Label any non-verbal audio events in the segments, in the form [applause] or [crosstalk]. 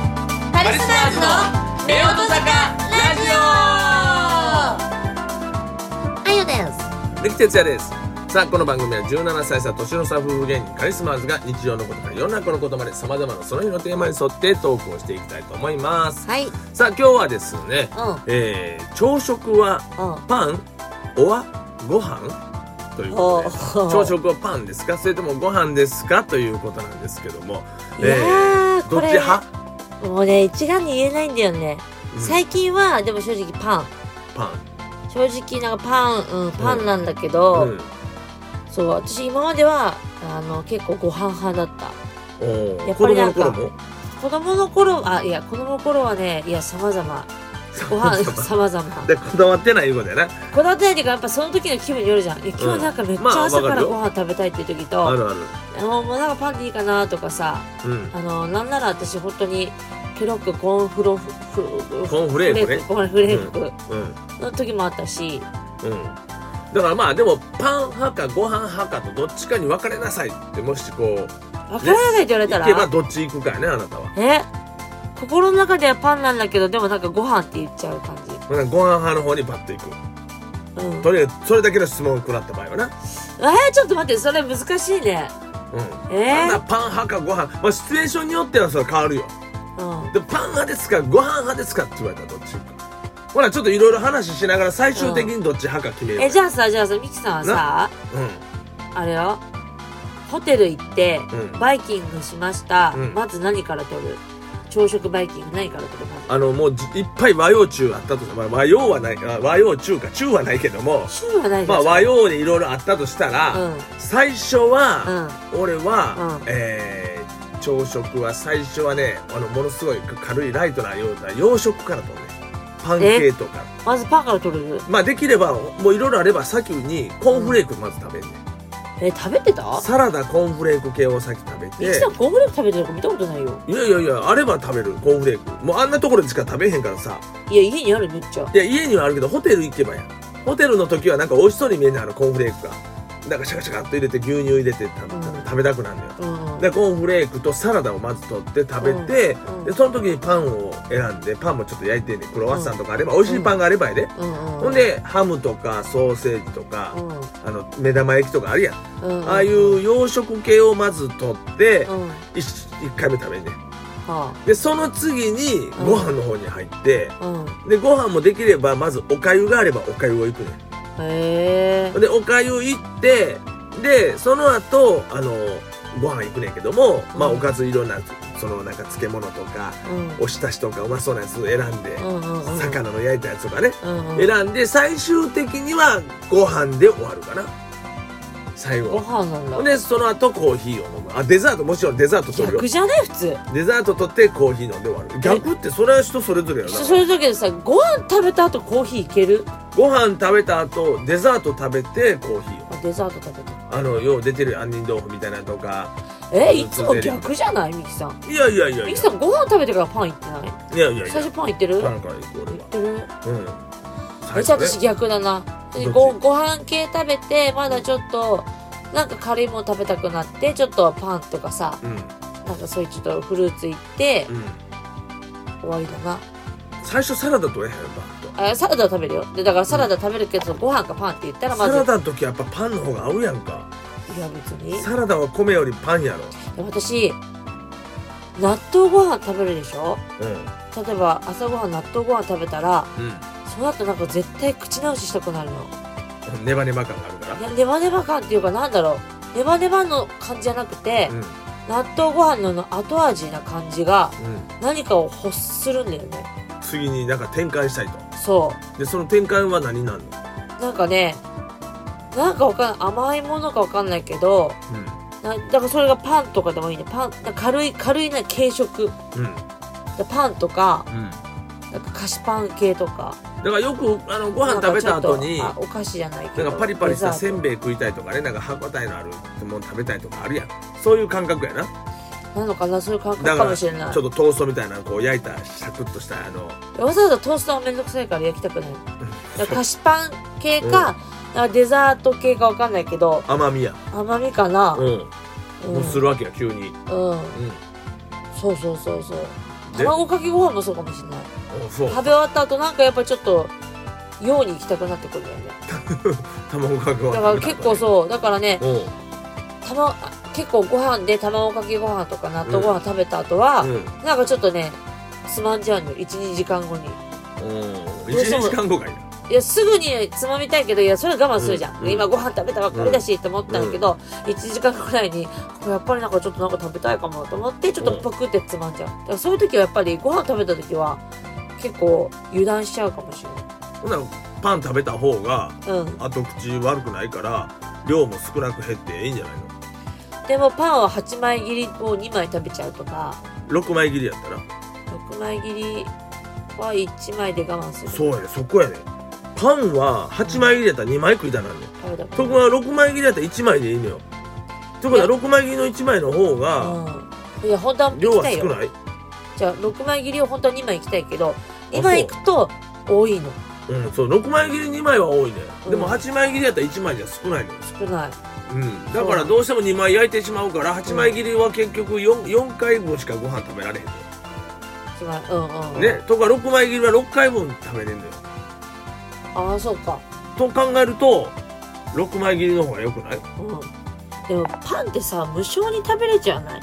リスナーズのレオト坂ラジあゆです力哲也ですさあこの番組は17歳差年の差夫婦芸人カリスマーズが日常のことから世の中のことまでさまざまなその日のテーマに沿ってトークをしていきたいと思いますはいうんさあ今日はですね、えー朝食はうパンおわご飯ということでお朝食はパンですかそれともご飯ですかということなんですけども、んいやー、どこっちれ派もうね一概に言えないんだよね、うん最近はでも正直パンパ正直なんかパン、うん、パンなんだけン、ど、うん、そう私今まではあの結構ご飯派だったおーやっ子ぱり供なんのか頃も子供の頃はあいや子供の頃はねいや様々ご飯様々でこだわってないいうことやなこだわってないっていうかやっぱその時の気分によるじゃんいや今日なんかめっちまあゃ朝わかからるよご飯食べたいっていう時あと、るあるあのもうなんかパンでいいかなとかさうんあのなんなら私本当にケロックコーンフロフフコーンフレークねコーンフレークうんの時もあったし、うん、だからまあでもパン派かご飯派かとどっちかに分かれなさいってもしこう分からないって言われた行けばらどっち行くかやねあなたは。え心の中ではパンなんだけどでもなんかご飯って言っちゃう感じだからご飯派の方にパッと行くうんとりあえずそれだけの質問を食らった場合はな、えー、ちょっと待ってそれ難しいねうんえあんなー、パン派かご飯、まあ、シチュエーションによってはそれ変わるようんでパン派ですかご飯派ですかって言われたらどっち行くほらちょっといろいろ話しながら最終的にどっち派か決めよう、えじゃあさじゃあさミキさんはさあれよホテル行ってうんうんバイキングしました、うんまず何から取る朝食バイキング何から取るまあのもうじいっぱい和洋中あったとまあ、和洋はないあ和洋中か中はないけどもず中はないでしょまあ和洋にいろいろあったとしたら、うん最初は、俺は、うんえー朝食は最初はねあのものすごい軽いライトなような洋食からとねパンケーキとかうんまずパンから取るまあできればもういろいろあれば先にコーンフレークまず食べるね、え食べてたサラダコーンフレーク系を先食べてミキさんコーンフレーク食べてるか見たことないよいやいやいやあれば食べるコーンフレークもうあんなところでしか食べへんからさいや家にあるめっちゃいや家にはあるけどホテル行けばやホテルの時はなんか美味しそうに見えないあのコーンフレークがなんかシャカシャカっと入れて牛乳入れて食べ,、うん食べたくなるのようんでコーンフレークとサラダをまず取って食べて、うんうんでその時にパンを選んでパンもちょっと焼いてんねんクロワッサンとかあれば、美味しいパンがあればやで、うんうんほんでハムとかソーセージとかう、んあの目玉焼きとかあるやん、うんうんああいう洋食系をまず取って、うんは一一回目食べんねんあでその次にご飯の方に入って、うんでご飯もできればまずおかゆがあればおかゆをいくねんへえほんでおかゆ行ってでその後あのご飯行くねんけども、まあうんおかずいろんなそのなんか漬物とかうんおひたしとかうまそうなやつ選んで、うんうんうん魚の焼いたやつとかね、うんうん選んで最終的にはご飯で終わるかな最ご後飯なんだでその後コーヒーを飲むあデザートもちろんデザート取るよ逆じゃね普通デザート取ってコーヒー飲んで終わる逆ってそれは人それぞれやなそれだけどさご飯食べた後コーヒーいけるご飯食べた後デザート食べてコーヒーをあデザート食べてあのよう出てる杏仁豆腐みたいなのとかえいつも逆じゃないミキさんいやいやいやいミやキさんご飯食べてからパン行ってないいやいやい最や初パン行ってるパ行ンから行く俺ってるはうんえじゃあ私逆だなどっちごご飯系食べてまだちょっとなんか軽いもの食べたくなってちょっとパンとかさうんなんかそういうちょっとフルーツ行ってうん終わりだな最初サラダとえへんやっぱあサラダは食べるよでだからサラダ食べるけどご飯かパンって言ったらまサずラダの時やっぱパンの方が合うやんかいや別にサラダは米よりパンやろ私納豆ご飯食べるでしょう例えば朝ごはん納豆ご飯食べたらんその後なんか絶対口直ししたくなるのうんネバネバ感があるかいやネバネバ感っていうかなんだろうネバネバの感じじゃなくてら、うんうん納豆ご飯の後味な感じが何かを欲するんだよね次になんか展開したいとそでその展開は何なんのうなんかねなんかわかん甘いものかわかんないけどなだからそれがパンとかでもいいねパンなんか軽い軽いな軽食うんうんパンとかうんなんか菓子パン系とかだからよくあのご飯食べた後になんかちょっとあお菓子じゃないけどなんかパリパリしたせデんべい食いたいとかねなんか歯応えのあるもの食べたいとかあるやんそういう感覚やなザートなのかなそういう感覚だかかもらしちょれっないとトーストみたいなこう焼いたサクッとしたあのわざわざトーストはめんどくさいから焼きたくないだから菓子パン系か,、なんかデザート系かわかんないけど甘みや甘みかなうん、もうするわけや急にうんうんそうそうそうそう卵かけご飯もそうかもしれないおそう食べ終わった後なんかやっぱちょっと用に行きたくなってくるよね卵かけごだ飯から結構そうだからねううんたまあ結構ご飯で卵かけご飯とか納豆ご飯食べた後は、うんなんかちょっとねつまんじゃうのよ12時間後にうんどう1しても日間後がいいないやすぐにつまみたいけどいやそれは我慢するじゃん、うん今ご飯食べたばっかりだし、と思ったんだけど、1時間ぐらいにこれやっぱりなんかちょっとなんか食べたいかもと思ってちょっとパクってつまんじゃう、だからそういう時はやっぱりご飯食べた時は結構油断しちゃうかもしほんならパン食べた方がれないうん後口悪くないから量も少なく減っていいんじゃないのでもパンは8枚切りを2枚食べちゃうとか6枚切りやったら6枚切りは1枚で我慢するそうやねそこやねパンは8枚切りやったら2枚食いたなんね食べたとここは6枚切りやったら1枚でいいのよとこは6枚切りの1枚の方がうんいや本当は行量きはたい少よないじゃあ6枚切りを本当は2枚行きたいけど2枚行くと多いのうんそう6枚切り2枚は多いねうんでも8枚切りやったら1枚じゃ少ないのよ少ないうん、だからどうしても2枚焼いてしまうから8枚切りは結局 4, 4回分しかご飯食べられへんのよ一枚うんうんね、とか6枚切りは6回分食べれんのよああそうかと考えると6枚切りの方が良くなういんでもパンってさ無償に食べれちゃわない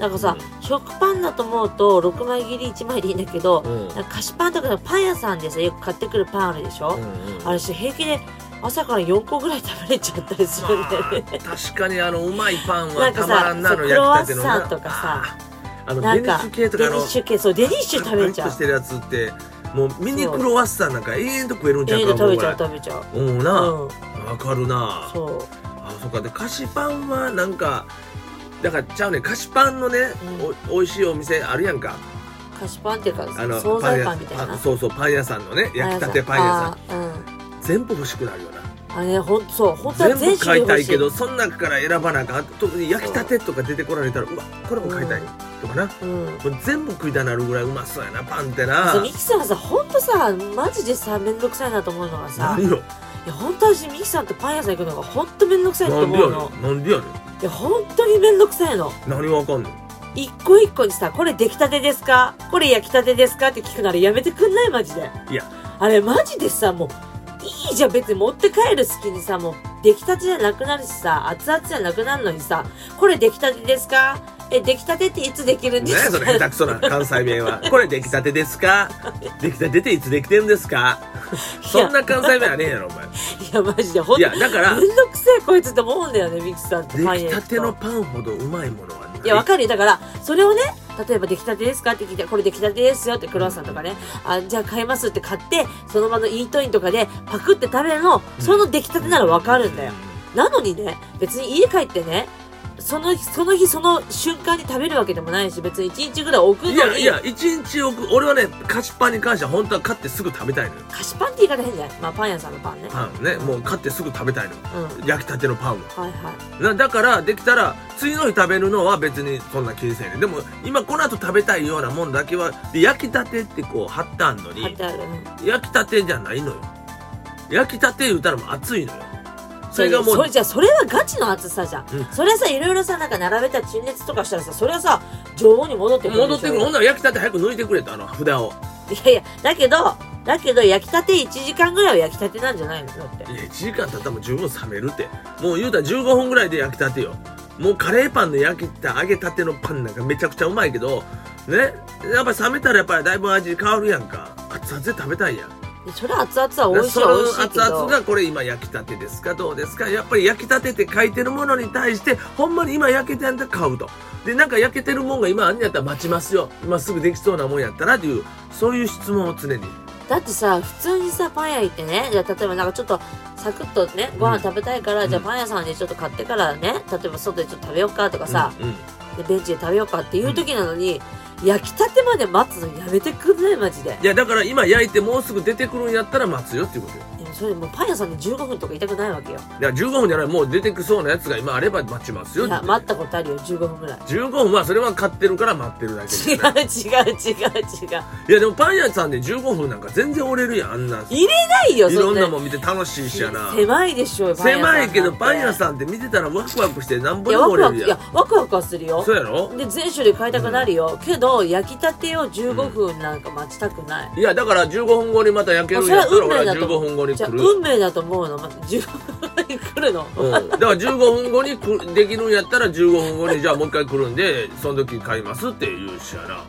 なんかさ、う食パンだと思うと6枚切り1枚でいいんだけど、うんなんか菓子パンとかのパン屋さんでさよく買ってくるパンあるでしょ、あれし平気で朝から4個ぐらい食べれちゃったりするんだよね、確かにあのうまいパンなはんかたさまらんなそあうのクロワッ焼きたてのサンとかささあのなデんニッかシュ系とかデあニのッシュ系そうデニッシュ食べちゃパリッとうしてるやつってもうミニクロワッサンなんか永遠と食えるんちゃ家うでか食べちゃうう食べちゃううんなわ、うんかるなそうあそうかで菓子パンはなんかだからちゃうね菓子パンのね、お美味しいお店あるやんか菓子パンっていうかあの惣菜パ屋ンみたいなそうそうパン屋さんのね焼きたてパン屋さんさんあーうん全部欲しくなるよなあれねほんとそう本当は全全部種類買いた欲いしいけどその中から選ばなあかん特に焼きたてとか出てこられたらうわこれも買いたいとかな、うんもう全部食いたなるぐらいうまそうやなパンってそうなミキさんはさほんとさマジでさめんどくさいなと思うのがさ何よいや本当私ミキさんとパン屋さん行くのがほんとめんどくさいとなんで思やうねのんなんでやねんいや本当にめんどくさいの何わかんねん一個一個にさこれ出来たてですかこれ焼きたてですかって聞くならやめてくんないマジでいやあれマジでさもういいじゃん別に持って帰る隙にさもう出来たてじゃなくなるしさ熱々じゃなくなるのにさこれ出来たてですかえ出来たてっていつできるん何でやすそかれ下手くそな関西 [laughs] 弁はこれ出来たてですか出来たてっていつできてるんですかそんな関西弁はねえやろお前いやマジでほんいとやだからめんどくせえこいつって思うんだよねミキさんって出来たてのパン屋行くパンほどうまいものはないといやわかるよだからそれをね例えば出来たてですかって聞いてこれ出来たてですよってクロワッサンとかねあじゃあ買いますって買ってその場のイートインとかでパクって食べるのその出来たてならわかるんだよなのにね別に家帰ってねその日その日その瞬間に食べるわけでもないし別に1日ぐらい置くのいにやいや一日置く俺はね菓子パンに関しては本当は買ってすぐ食べたいのよ菓子パンって言い方変じゃないまあパン屋さんのパンねパンをねもう買ってすぐ食べたいのうん焼きたてのパンをはいはいなだからできたら次の日食べるのは別にそんな気にせえねんでも今この後食べたいようなもんだけはで焼きたてってこう貼ってあんの貼っにてある焼きたてじゃないのよ焼きたて言うたらもう熱いのよそれがもうそれじゃあそれはガチの暑さじゃん、うんそれはさいろいろさなんか並べた陳列とかしたらさそれはさ常温に戻ってくるでしょ戻ってくるほんなら焼きたて早く抜いてくれとあの札をいやいやだけどだけど焼きたて1時間ぐらいは焼きたてなんじゃないのだっていや1時間経ったらもう十分冷めるってもう言うたら15分ぐらいで焼きたてよもうカレーパンの焼きた揚げたてのパンなんかめちゃくちゃうまいけどねやっぱり冷めたらやっぱりだいぶ味変わるやんか熱々で食べたいやんそれは熱々は美味しいそはの美味しいけ熱々どがこれ今焼きたてですかどうですかやっぱり焼きたてって書いてるものに対してほんまに今焼けてやんだ買うとでなんか焼けてるもんが今あんねやったら待ちますよ今すぐできそうなもんやったらっていうそういう質問を常にだってさ普通にさパン屋行ってねじゃあ例えばなんかちょっとサクッとねご飯食べたいから、うんじゃあパン屋さんでちょっと買ってからね例えば外でちょっと食べようかとかさ、うんうんでベンチで食べようかっていう時なのに、焼きたてまで待つのやめてくんないマジでいやだから今焼いてもうすぐ出てくるんやったら待つよっていうことよでもそれもうパン屋さんで15分とか痛くないわけよいや15分じゃないもう出てくそうなやつが今あれば待ちますよいや待ったことあるよ15分ぐらい15分はそれは買ってるから待ってるだけです違う違う違う違ういやでもパン屋さんで15分なんか全然折れるやんあんなん入れないよいそろんなもん見て楽しいしやな狭いでしょう狭いけどパン屋んさんって見てたらワクワクしてなんなんていぼでやワもク折れワるクいややんワクワクはするよそうやろで全種類買いたくなるよ、けど焼きたてを15分なんか待ちたくない、いやだから15分後にまた焼けもうるんそれやっはたら運俺命だはと思15分後うにじゃ来ある運命だと思うの、ま、15分に来るの、うん、だから15分後にくできるんやったら15分後にじゃあもう一回来るんでその時買いますって言うしやな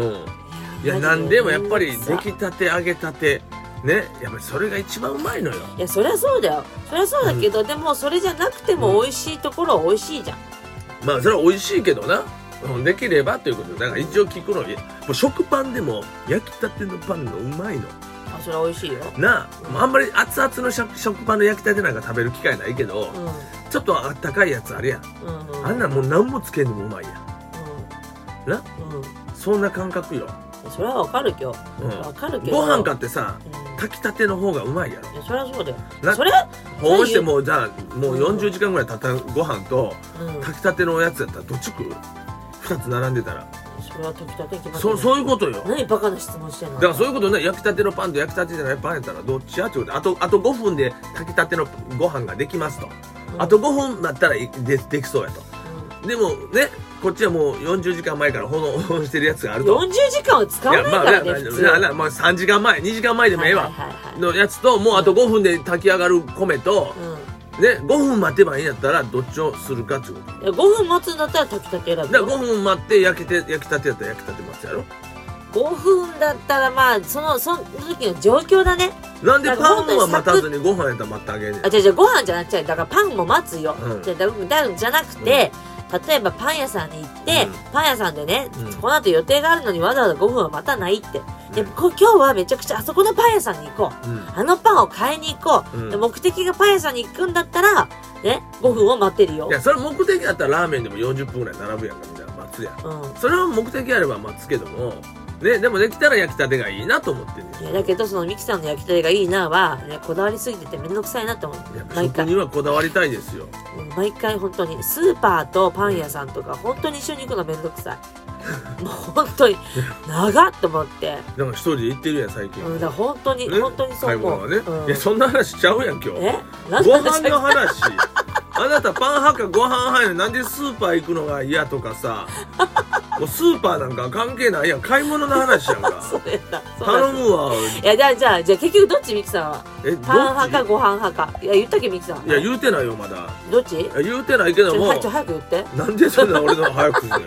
うんいやなんでもやっぱり出い来たて揚げたてねやっぱりそれが一番うまいのよやそりゃそうだよそりゃそうだけど、でもそれじゃなくても美味しいところは美味しいじゃん、まあそれは美味しいけどなうんできればということでだから一応聞くのにもう食パンでも焼きたてのパンがうまいのあそれは美味しいよなあもうあんまり熱々の食食パンの焼きたてなんか食べる機会ないけどうんちょっとあったかいやつあるやんうんうんあんなんもう何もつけんでもうまいやんうんなそんな感覚よ、うんそれはわかるけどうんわかるけどご飯買ってさうん炊きたての方がうまいやろいやそりゃそうだよなそれは保温してもうじゃあもう40時間ぐらいたたんご飯とうん炊きたてのやつやったらどっち食う2つ並んでたらそれは時々決まってそそういうことよ何バカな質問してんのだからそういうことね焼きたてのパンと焼きたてじゃないパンやったらどっちやってことあとあと5分で炊きたてのご飯ができますとうんあと5分だったらいでできそうやとうでもねこっちはもう40時間前から保存保存してるやつがあるんと40時間は使わないまかあらねまあ普通まあまあまあ3時間前2時間前でもええわ、はいはいはいはいのやつともうあと5分で炊き上がる米と、ね5分待てばいいんやったらどっちをするかっていうことうん、5分待つんだったら炊きたて選ぶだから5分待って焼けて焼きたてやったら焼きたてますやろ5分だったらまあそのその時の状況だねなんでパンは待たずにご飯やったら待ってあげんねんあじゃじゃご飯じゃなくてだからパンも待つよ、うんじゃだだじゃなくて、例えばパン屋さんに行って、うんパン屋さんでね、うんこの後予定があるのにわざわざ5分は待たないって、でうんこ今日はめちゃくちゃあそこのパン屋さんに行こううんあのパンを買いに行こう、うんで目的がパン屋さんに行くんだったらね5分を待ってるよいやそれ目的やったらラーメンでも40分ぐらい並ぶやんかみたいな待つやんうんそれは目的あれば待つけどもねでもできたら焼きたてがいいなと思ってんねんいやだけどそのミキさんの焼きたてがいいなは、ね、こだわりすぎててめんどくさいなって思いやう毎食回にはこだわりたいですようん毎回本当にスーパーとパン屋さんとか本当に一緒に行くのめんどくさ [laughs] いもう本当に長っと思って、なんか一人で行ってるやん最近、うん、だから本当に、ね本当にそ買うい物思はう、ね、うんいやそんな話しちゃうやん今日えなんでご飯私のが話あなたパン派かご飯派やねんなんでスーパー行くのが嫌とかさもうスーパーなんか関係ないやん買い物の話やんそかうやったそうや頼ったむわいやじゃあじゃあじゃあ結局どっちミキさんはえどっちパン派かご飯派かいや言ったっけミキさんいや言うてないよまだどっちいや言うてないけちどょもはいちょ早く言ってなんでそんな俺の早くするの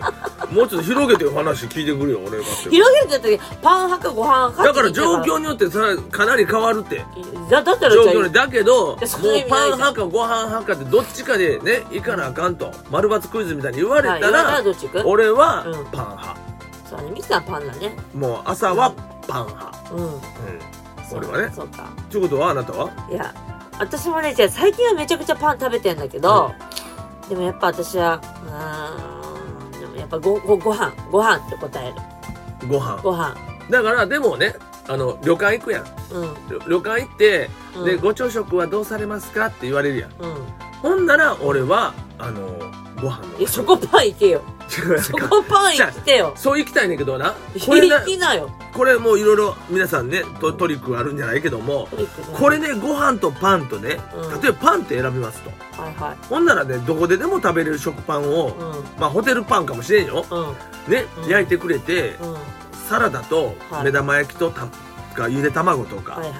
もうちょっと広げて話聞いてくるよ俺がって広げるって言った時パン派かご飯派だってから聞いた状況によってさかなり変わるってだだったら状じゃあ況にだけどもういやそんな意味パないじンゃん派かご飯派かってどっちかでね行かなあかんと丸抜クイズみたいに言われはいた言われたららどっち行く俺はうんパン派そうねミキさんパンだねもう朝はパン派うんうん俺はねそうかということはあなたはいや私もねじゃあ最近はめちゃくちゃパン食べてんだけど、でもやっぱ私はうーんでもやっぱごごご飯ご飯って答えるご飯ご飯だからでもねあの旅館行くやんうん旅旅館行ってうんでご朝食はどうされますかって言われるやんうんほんなら俺はあのご飯のいやそこパン行け [laughs] よ違うそこパン行ってよそう行きたいねんけどなこれな行きなよこれもういろいろ皆さんねトトリックあるんじゃないけどもトリックねこれねご飯とパンとねうん例えばパンって選びますとはいはほんならねどこででも食べれる食パンをいうんまあホテルパンかもしれんようんねうん焼いてくれてうんサラダとはい目玉焼きとたかゆで卵とはかいはいはい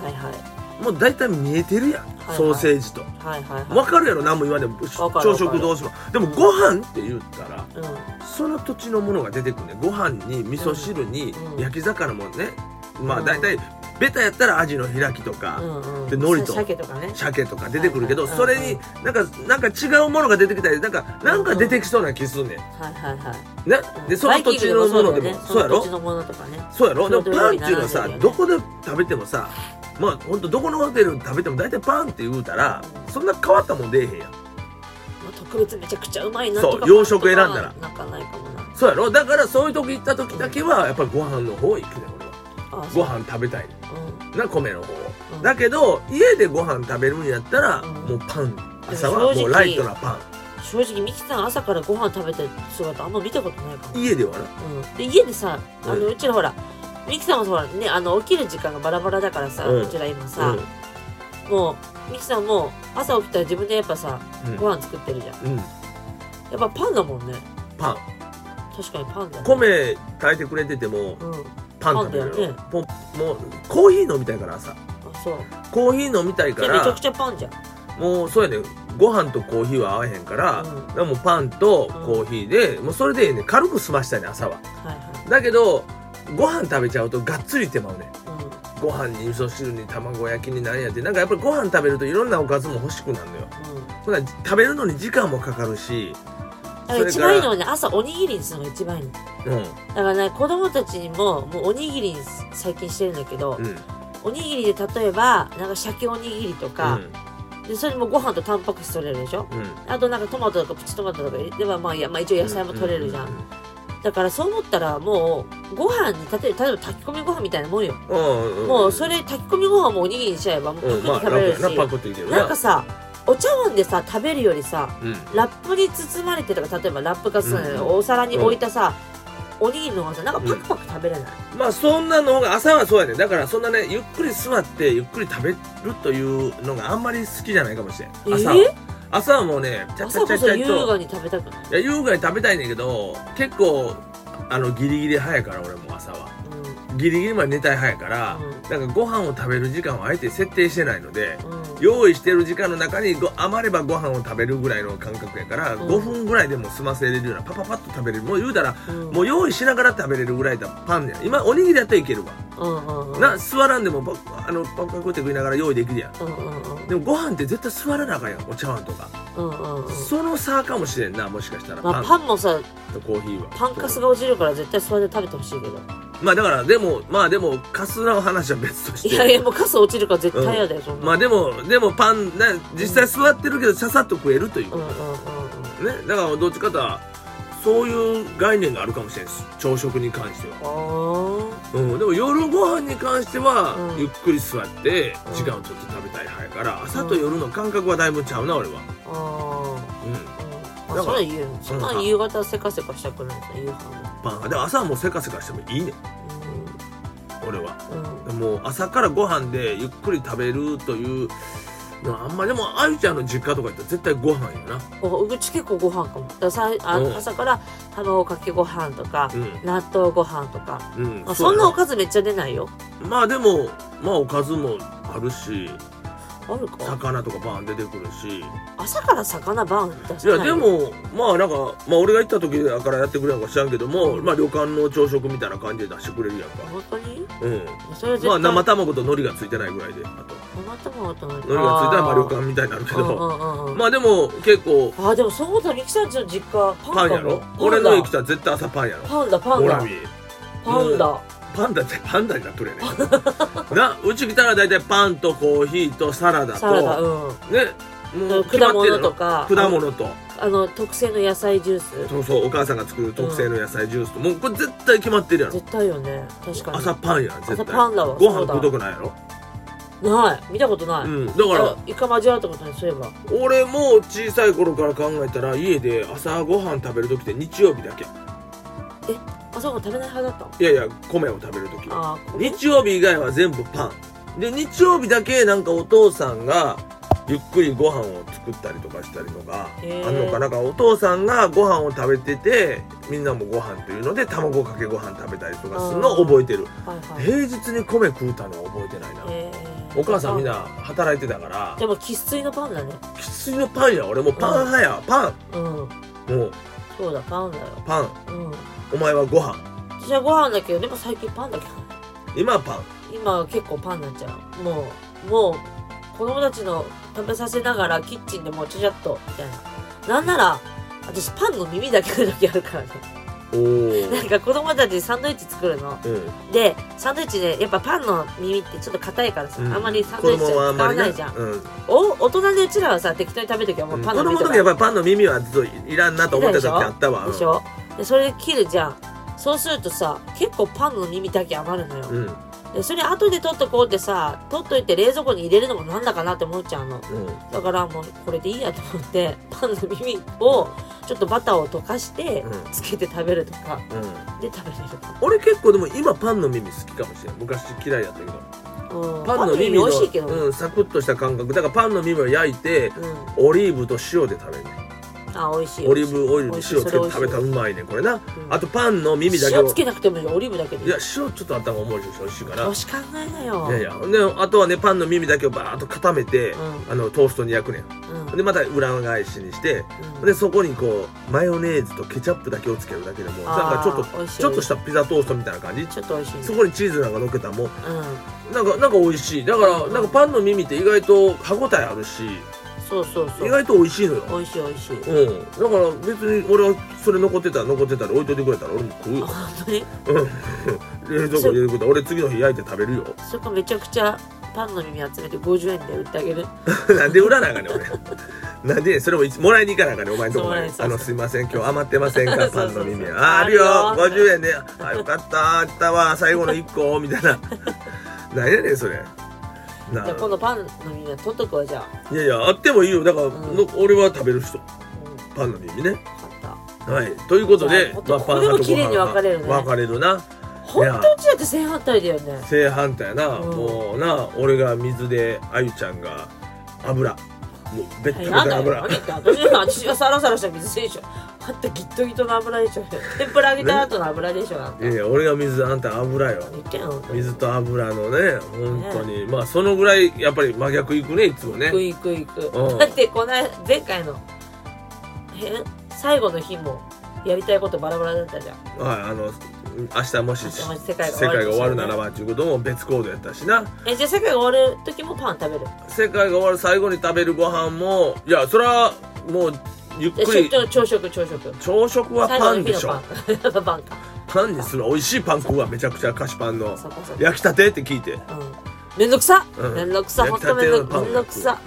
もう大体見えてるやんはいソーセージとはいはいはいわかるやろ何も言わんでもかる朝食どうしようでもご飯って言ったらうんうんその土地のものが出てくるねご飯に味噌汁にうん焼き魚もね、まあうん大体ベタやったらアジの開きとうか、んうんで海苔と鮭とかね鮭とか出てくるけど、はいそはいれはいになんかなんか違うものが出てきたりなんかなんか出てきそうな気すんねん、はいはいはいねでその土地のものでバもイキングそうやだよねその土ろ地のものとかねそうやろでもそういうパンっていうのは料さ、理並んでるよねどこで食べてもさまあほんとどこのホテル食べても大体パンって言うたらそんな変わったもん出えへんやんまあ特別めちゃくちゃうまいなそうとか洋食選んだらなんかないかもなそうやろだからそういう時行った時だけはやっぱりご飯の方行くね俺はあそうご飯食べたいねうんな米の方をうんだけど家でご飯食べるんやったらうんもうパン朝は正も直うライトなパん、正直ミキさん朝からご飯食べてる姿あんま見たことないかもン家ではなうん、で家でさあの、ううんちらほらミキさんもほらねあの起きる時間がバラバラだからさ、ううんちら今さ、もうミキさんも朝起きたら自分でやっぱさうんうんご飯作ってるじゃんやうんっぱパンだもんねパン確かにパンだよね米炊いてくれててうもんパン食べパンだるよよねポンもうコーヒー飲みたいから朝あそうコーヒー飲みたいじかゃあめちゃらくちゃパンじゃんもうそうやねご飯とコーヒーは合わへんから,、うんでもうパンとコーヒーで、もうそれでええね軽く済ましたいね朝ははいはだけどご飯食べちゃうとがっつり手間うねい、うんご飯に味噌汁に卵焼きになんやってなんかやっぱりご飯食べるといろんなおかずも欲しくなるのようんほな食べるのに時間もかかるしだから一番いいのはね朝おにぎりにするのが一番いいのだうんからね子供たちにももうおにぎりに最近してるんだけど、うんおにぎりで例えばなんか鮭おにぎりとか、でそれもご飯とタンパク質取れるでしょうんうんあとなんかトマトとかプチトマトとか入れてばまあいや、まあ、一応野菜も取れるじゃん、だからそう思ったらもうご飯に例えば例えば炊き込みご飯みたいなもんよ、うんうんうんもうそれ炊き込みご飯もおにぎりにしちゃえばもうパクッうんとまあ食楽べれるやし、なパクっていけるななんかさお茶碗でさ食べるよりさうんラップに包まれてとか例えばラップがさ、うんお皿に置いたさ、おにぎりの方がさなんかパクパク食べれない、まあそんなのが朝はそうやねだからそんなねゆっくり座ってゆっくり食べるというのがあんまり好きじゃないかもしれん朝は、えー朝はもうねちゃち朝ゃちこゃそちゃ優と雅に食べたくない、いや優雅に食べたいねんけど結構あのギリギリ早いから俺も朝はギリギリまで寝たい早いから、なんかご飯を食べる時間をあえて設定してないのでうんうん、用意してる時間の中にご余ればご飯を食べるぐらいの感覚やから、うん5分ぐらいでも済ませれるようなパパパッと食べれるもう言うたらうんもう用意しながら食べれるぐらいだパンや今おにぎりだったらいけるわ、うんうんうんな座らんでもパあのパクパクって食いながら用意できるやんうんうんうんでもご飯って絶対座らなあかんやんお茶碗とか、うんうんうんその差かもしれんなもしかしたらまパあ、ンパンもさとコーヒーはパンカスが落ちるから絶対それで食べてほしいけどまあだからでもまあでもカスの話は別としていやいやもうカス落ちるから絶対嫌だよ、そんなまあでもでもパンな実際座ってるけどささっと食えるというう、んうんねうんうんだからどっちかとはそういう概念があるかもしれないです朝食に関しては、あうん、でも夜ご飯に関しては、うんゆっくり座ってうん時間をちょっと食べたい派やから朝と夜の感覚はだいぶちゃうな俺はーあうーうんんまあだからそれは言うそんな夕方せかせかしたくないな夕飯はパン派で朝はもうせかせかしてもいいねん俺はうんうんもう朝からご飯でゆっくり食べるというのはあんまでもあゆちゃんの実家とか行ったら絶対ご飯やなおうち結構ご飯かもだからさあうん朝から卵かけご飯とか、う納豆ご飯とか、んうんまあ、そそうんやなおかずめっちゃ出ないよまあでもまあおかずもあるしあるか魚とかバーン出てくるし朝から魚バーン出いさなやいでもまあなんかまあ俺が行った時だからやってくれるのか知らんけども、うんまあ旅館の朝食みたいな感じで出してくれるやんか本当にうんそれは絶対まあ生卵と海苔がついてないぐらいであと生卵と海海苔がついたらまあ旅だ館みたいになるけけど、どうんうんうんまあでも結構あーでもそうだミキさんちの実家パパンンやかろも俺の家来たら絶対朝パンやろパンだパンほだら見パンだパンダってパンダになっとるやね [laughs] なうち来たら大体パンとコーヒーとサラダとサラダうんねもう決ま果ってる物やろとか果物とあの特製の野菜ジュースそうそうお母さんが作る特製の野菜ジュースと、もうこれ絶対決まってるやろ絶対よね確かに朝パンやん絶朝対パンだわごそう飯だ食うとくないやろない見たことない、うんだから一回交わったことにすれば俺も小さい頃から考えたら家で朝ご飯食べる時って日曜日だけ朝ごはん食べない派だったのいやいや米を食べる時はあーこれ日曜日以外は全部パンで日曜日だけなんかお父さんがゆっくりご飯を作ったりとかしたりとかへーあんのかなんかお父さんがご飯を食べててみんなもご飯というので卵かけご飯食べたりとかするのを覚えてるはいはい平日に米食うたのは覚えてないなえーお母さんみんな働いてたからでも生粋のパンだね生粋のパンや俺もうパン派やパンうんもうそうだパンだよパンうんお前はご飯私はご飯だけどでも最近パンだけど今はパン今は結構パンになっちゃうもうもう子供たちの食べさせながらキッチンでもうちゃちゃっとみたいななんなら私パンの耳だけの時あるからね [laughs] おーなんか子供たちサンドイッチ作るのうんでサンドイッチでやっぱパンの耳ってちょっと硬いからさ、うんあんまりサン子ドイッチ供はあはん使まわりねないじゃん、うんお大人でうちらはさ適当に食べる時はもううんパ子ンの供耳とのか時やっぱりパンの耳はずっといらんなと思ってた時あったわでしょでそれで切るじゃんそうするとさ結構パンの耳だけ余るのよ、うんうんでそれ後で取っとこうってさ取っといて冷蔵庫に入れるのもなんだかなって思っちゃうのうんだからもうこれでいいやと思ってパンの耳をちょっとバターを溶かしてうんつけて食べるとかうんで食べれる俺結構でも今パンの耳好きかもしれない昔嫌いだったけどうんパンの耳美の味しいけどねうん、サクッとした感覚だからパンの耳を焼いてうんオリーブと塩で食べるねあ美味しいオリーブオイルに塩つけて美味しい食べたらうまいねこれうなんあとパンの耳だけ塩をつけなくてもいいよオリーブだけでいいいや塩ちょっとあった方が重いでし美味しいからよし考えなよいやいやであとはねパンの耳だけをバーッと固めて、うんあのトーストに焼くねんうんでまた裏返しにしてうんでそこにこうマヨネーズとケチャップだけをつけるだけでもうなんかちょあー美っと味しいちょっとしたピザトーストみたいな感じちょっと美味しいねそこにチーズなんかのっけたらもううんなんか、なんか美味しい。だから、なんかパンの耳って意外と歯応えあるし、そうそうそ意う外と美味しいのよ。美味しい美味しいうん。だから別に俺はそれ残ってたら残ってたら置いといてくれたら俺も食うあよ。本当に [laughs] 冷蔵庫に入れてくれたら俺次の日焼いて食べるよ。それかめちゃくちゃパンの耳集めて50円で売ってあげる [laughs] なんで売らなあかんねん俺。なんでそれもいつもらいに行かなあかんねんお前んとこそうねです。そうあですの、すいません、今日余ってませんそうか、そうパそうンの耳。そうああるよ、あるよ50円で。あ、よかった、あったわ、最後の1個、みたいな。 [laughs] なんやねん、それ。なじゃあ今度パンの耳は取っとくわじゃあいやいや、あってもいいよ。だから、うんの俺は食べる人。うん分パンの耳ね。かったはい、ということでじゃあ、まあ、こパンこでも派とご綺麗飯に分かれるね派分かれるな。ほんとうちだって正反対だよね正反対やな、うんもうな、俺が水で、あゆちゃんが油。もう、べったべなんただのよ油何。言って私は私はサラサラした水でしょあんたギットギトの油でしょ天ぷら揚げた後の油でしょあんたいやいや、俺が水、あんた油よ。言ってんの本当に水と油のね、本当に、まあ、そのぐらい、やっぱり真逆いくね、いつも行ね。く行く行うくんだってこの間前回のえ最後の日もやりたいことバラバラだったじゃんはい、あの、明日もし。明日もし世界が終わる世界が終わるならば、ということも別行動やったしな。えじゃあ世界が終わる時もパン食べる世界が終わる最後に食べるご飯もいやそれはもうゆっじゃくあ出り張朝食朝食朝食は最後パのン日でのしパょンやっぱパンかパンにする美味しいパン食うわめちゃくちゃ菓子パンのそこそこ焼きたてって聞いてうんめんどくさうんめんどくさ焼ほんきたとてめんのどパンくめんどくさ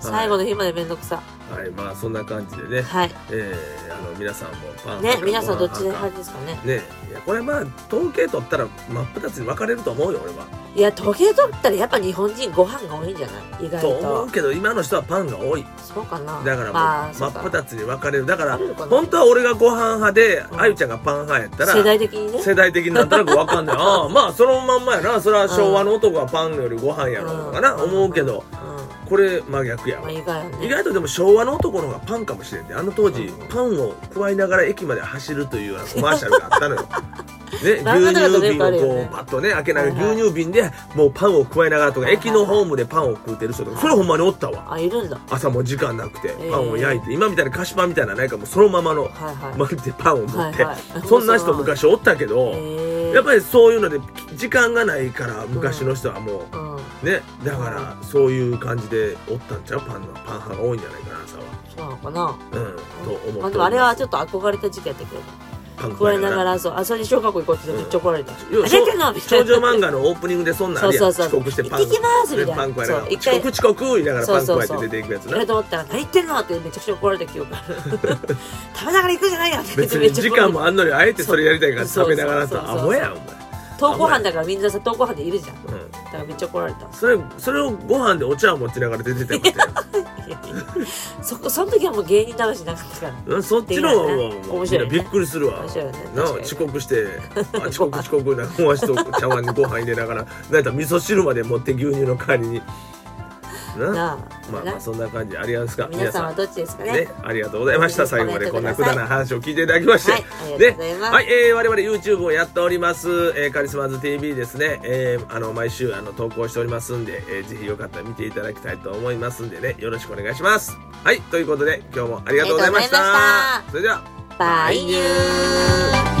最後の日までめんどくさはいまあそんな感じでね、はいえー、あの皆さんもパンねか皆さんどっちでご飯派かですかねねいやこれまあ統計取ったら真っ二つに分かれると思うよ俺はいや時計取ったらやっぱ日本人ご飯が多いんじゃない意外と思うとけど今の人はパンが多いそうかなだからもうまあ真そうっか二つに分かれるだか分らかれるかな本当は俺がご飯派でんあゆちゃんがパン派やったら世代的にね世代的になんとなくわか [laughs] んないああまあそのまんまやなそれは昭和の男はパンよりご飯やろうとかな、うん思うけどうんこれ真逆やまあわ意外よね意外とでも昭和の男の方がパンかもしれんであの当時、うんパンを加えながら駅まで走るというようなコマーシャルがあったの [laughs] よ。ね、漫画とか牛と乳よく瓶あをるよねこうパッとね開けながはいはいら牛乳瓶でもうパンを加えながらとかはいはい駅のホームでパンを食うてる人とかそれほんまにおったわあいるんだ朝もう時間なくてーパンを焼いて今みたいな菓子パンみたいなのないからもうそのままのはいはい、まるでパンを持ってはいはいそんな人昔おったけど。へえやっぱりそういうので時間がないから昔の人はもうんうねだからそういう感じでおったんちゃうパンのパン派が多いんじゃないかな朝はそうなのかなうんと思っておりままあすでもあれはちょっと憧れた時期やったけどパン加えながらそうあそれで小学校行こうって言ってめっちゃ怒られた、要はあ出 [laughs] てんのみたい少な女漫画のオープニングでそんなんあるやんそうそうそう遅刻してパン行ってきますみたいなパン加えながらそう一遅回刻遅刻言いながらパン加えそてうそうそう出ていくやつやなると思ったら「何言ってんの?」ってめちゃくちゃ怒られた記 [laughs] 憶ある食べながら行くんじゃないよって言っ別てめっにちゃ時怒ら間れたもあんのにあえてそれやりたいからそう食べながらそうさそうそうあそうもやんお登校班だからみんなさ登校班でいるじゃんだ前うんからめっちゃ怒られたそれそれをご飯でお茶を持ちながら出てたよみたいなそこその時はもう芸人魂なか [laughs] ったからうんそっちの方がもう面み白いんなねびっくりするわ面白いよねな確かに遅刻してあ遅刻遅刻な思わしと茶碗にご飯入れ [laughs] ながらなんやったら味噌汁まで持って牛乳の代わりにななあ、まあなまあそんな感じでありがとうございますか皆さんはどっちですかねね、ありがとうございましぜた。ひ最後までこんなくだらない話を聞いていただきまして。はいありがとうございますねはい、えー我々 YouTube をやっております、えーカリスマーズ TV ですね。えーあの、毎週、あの、投稿しておりますんで、えーぜひよかったら見ていただきたいと思いますんでね、よろしくお願いします。はい、ということで、今日もありがとうございました。ありがとうございましたそれでは、バイニュー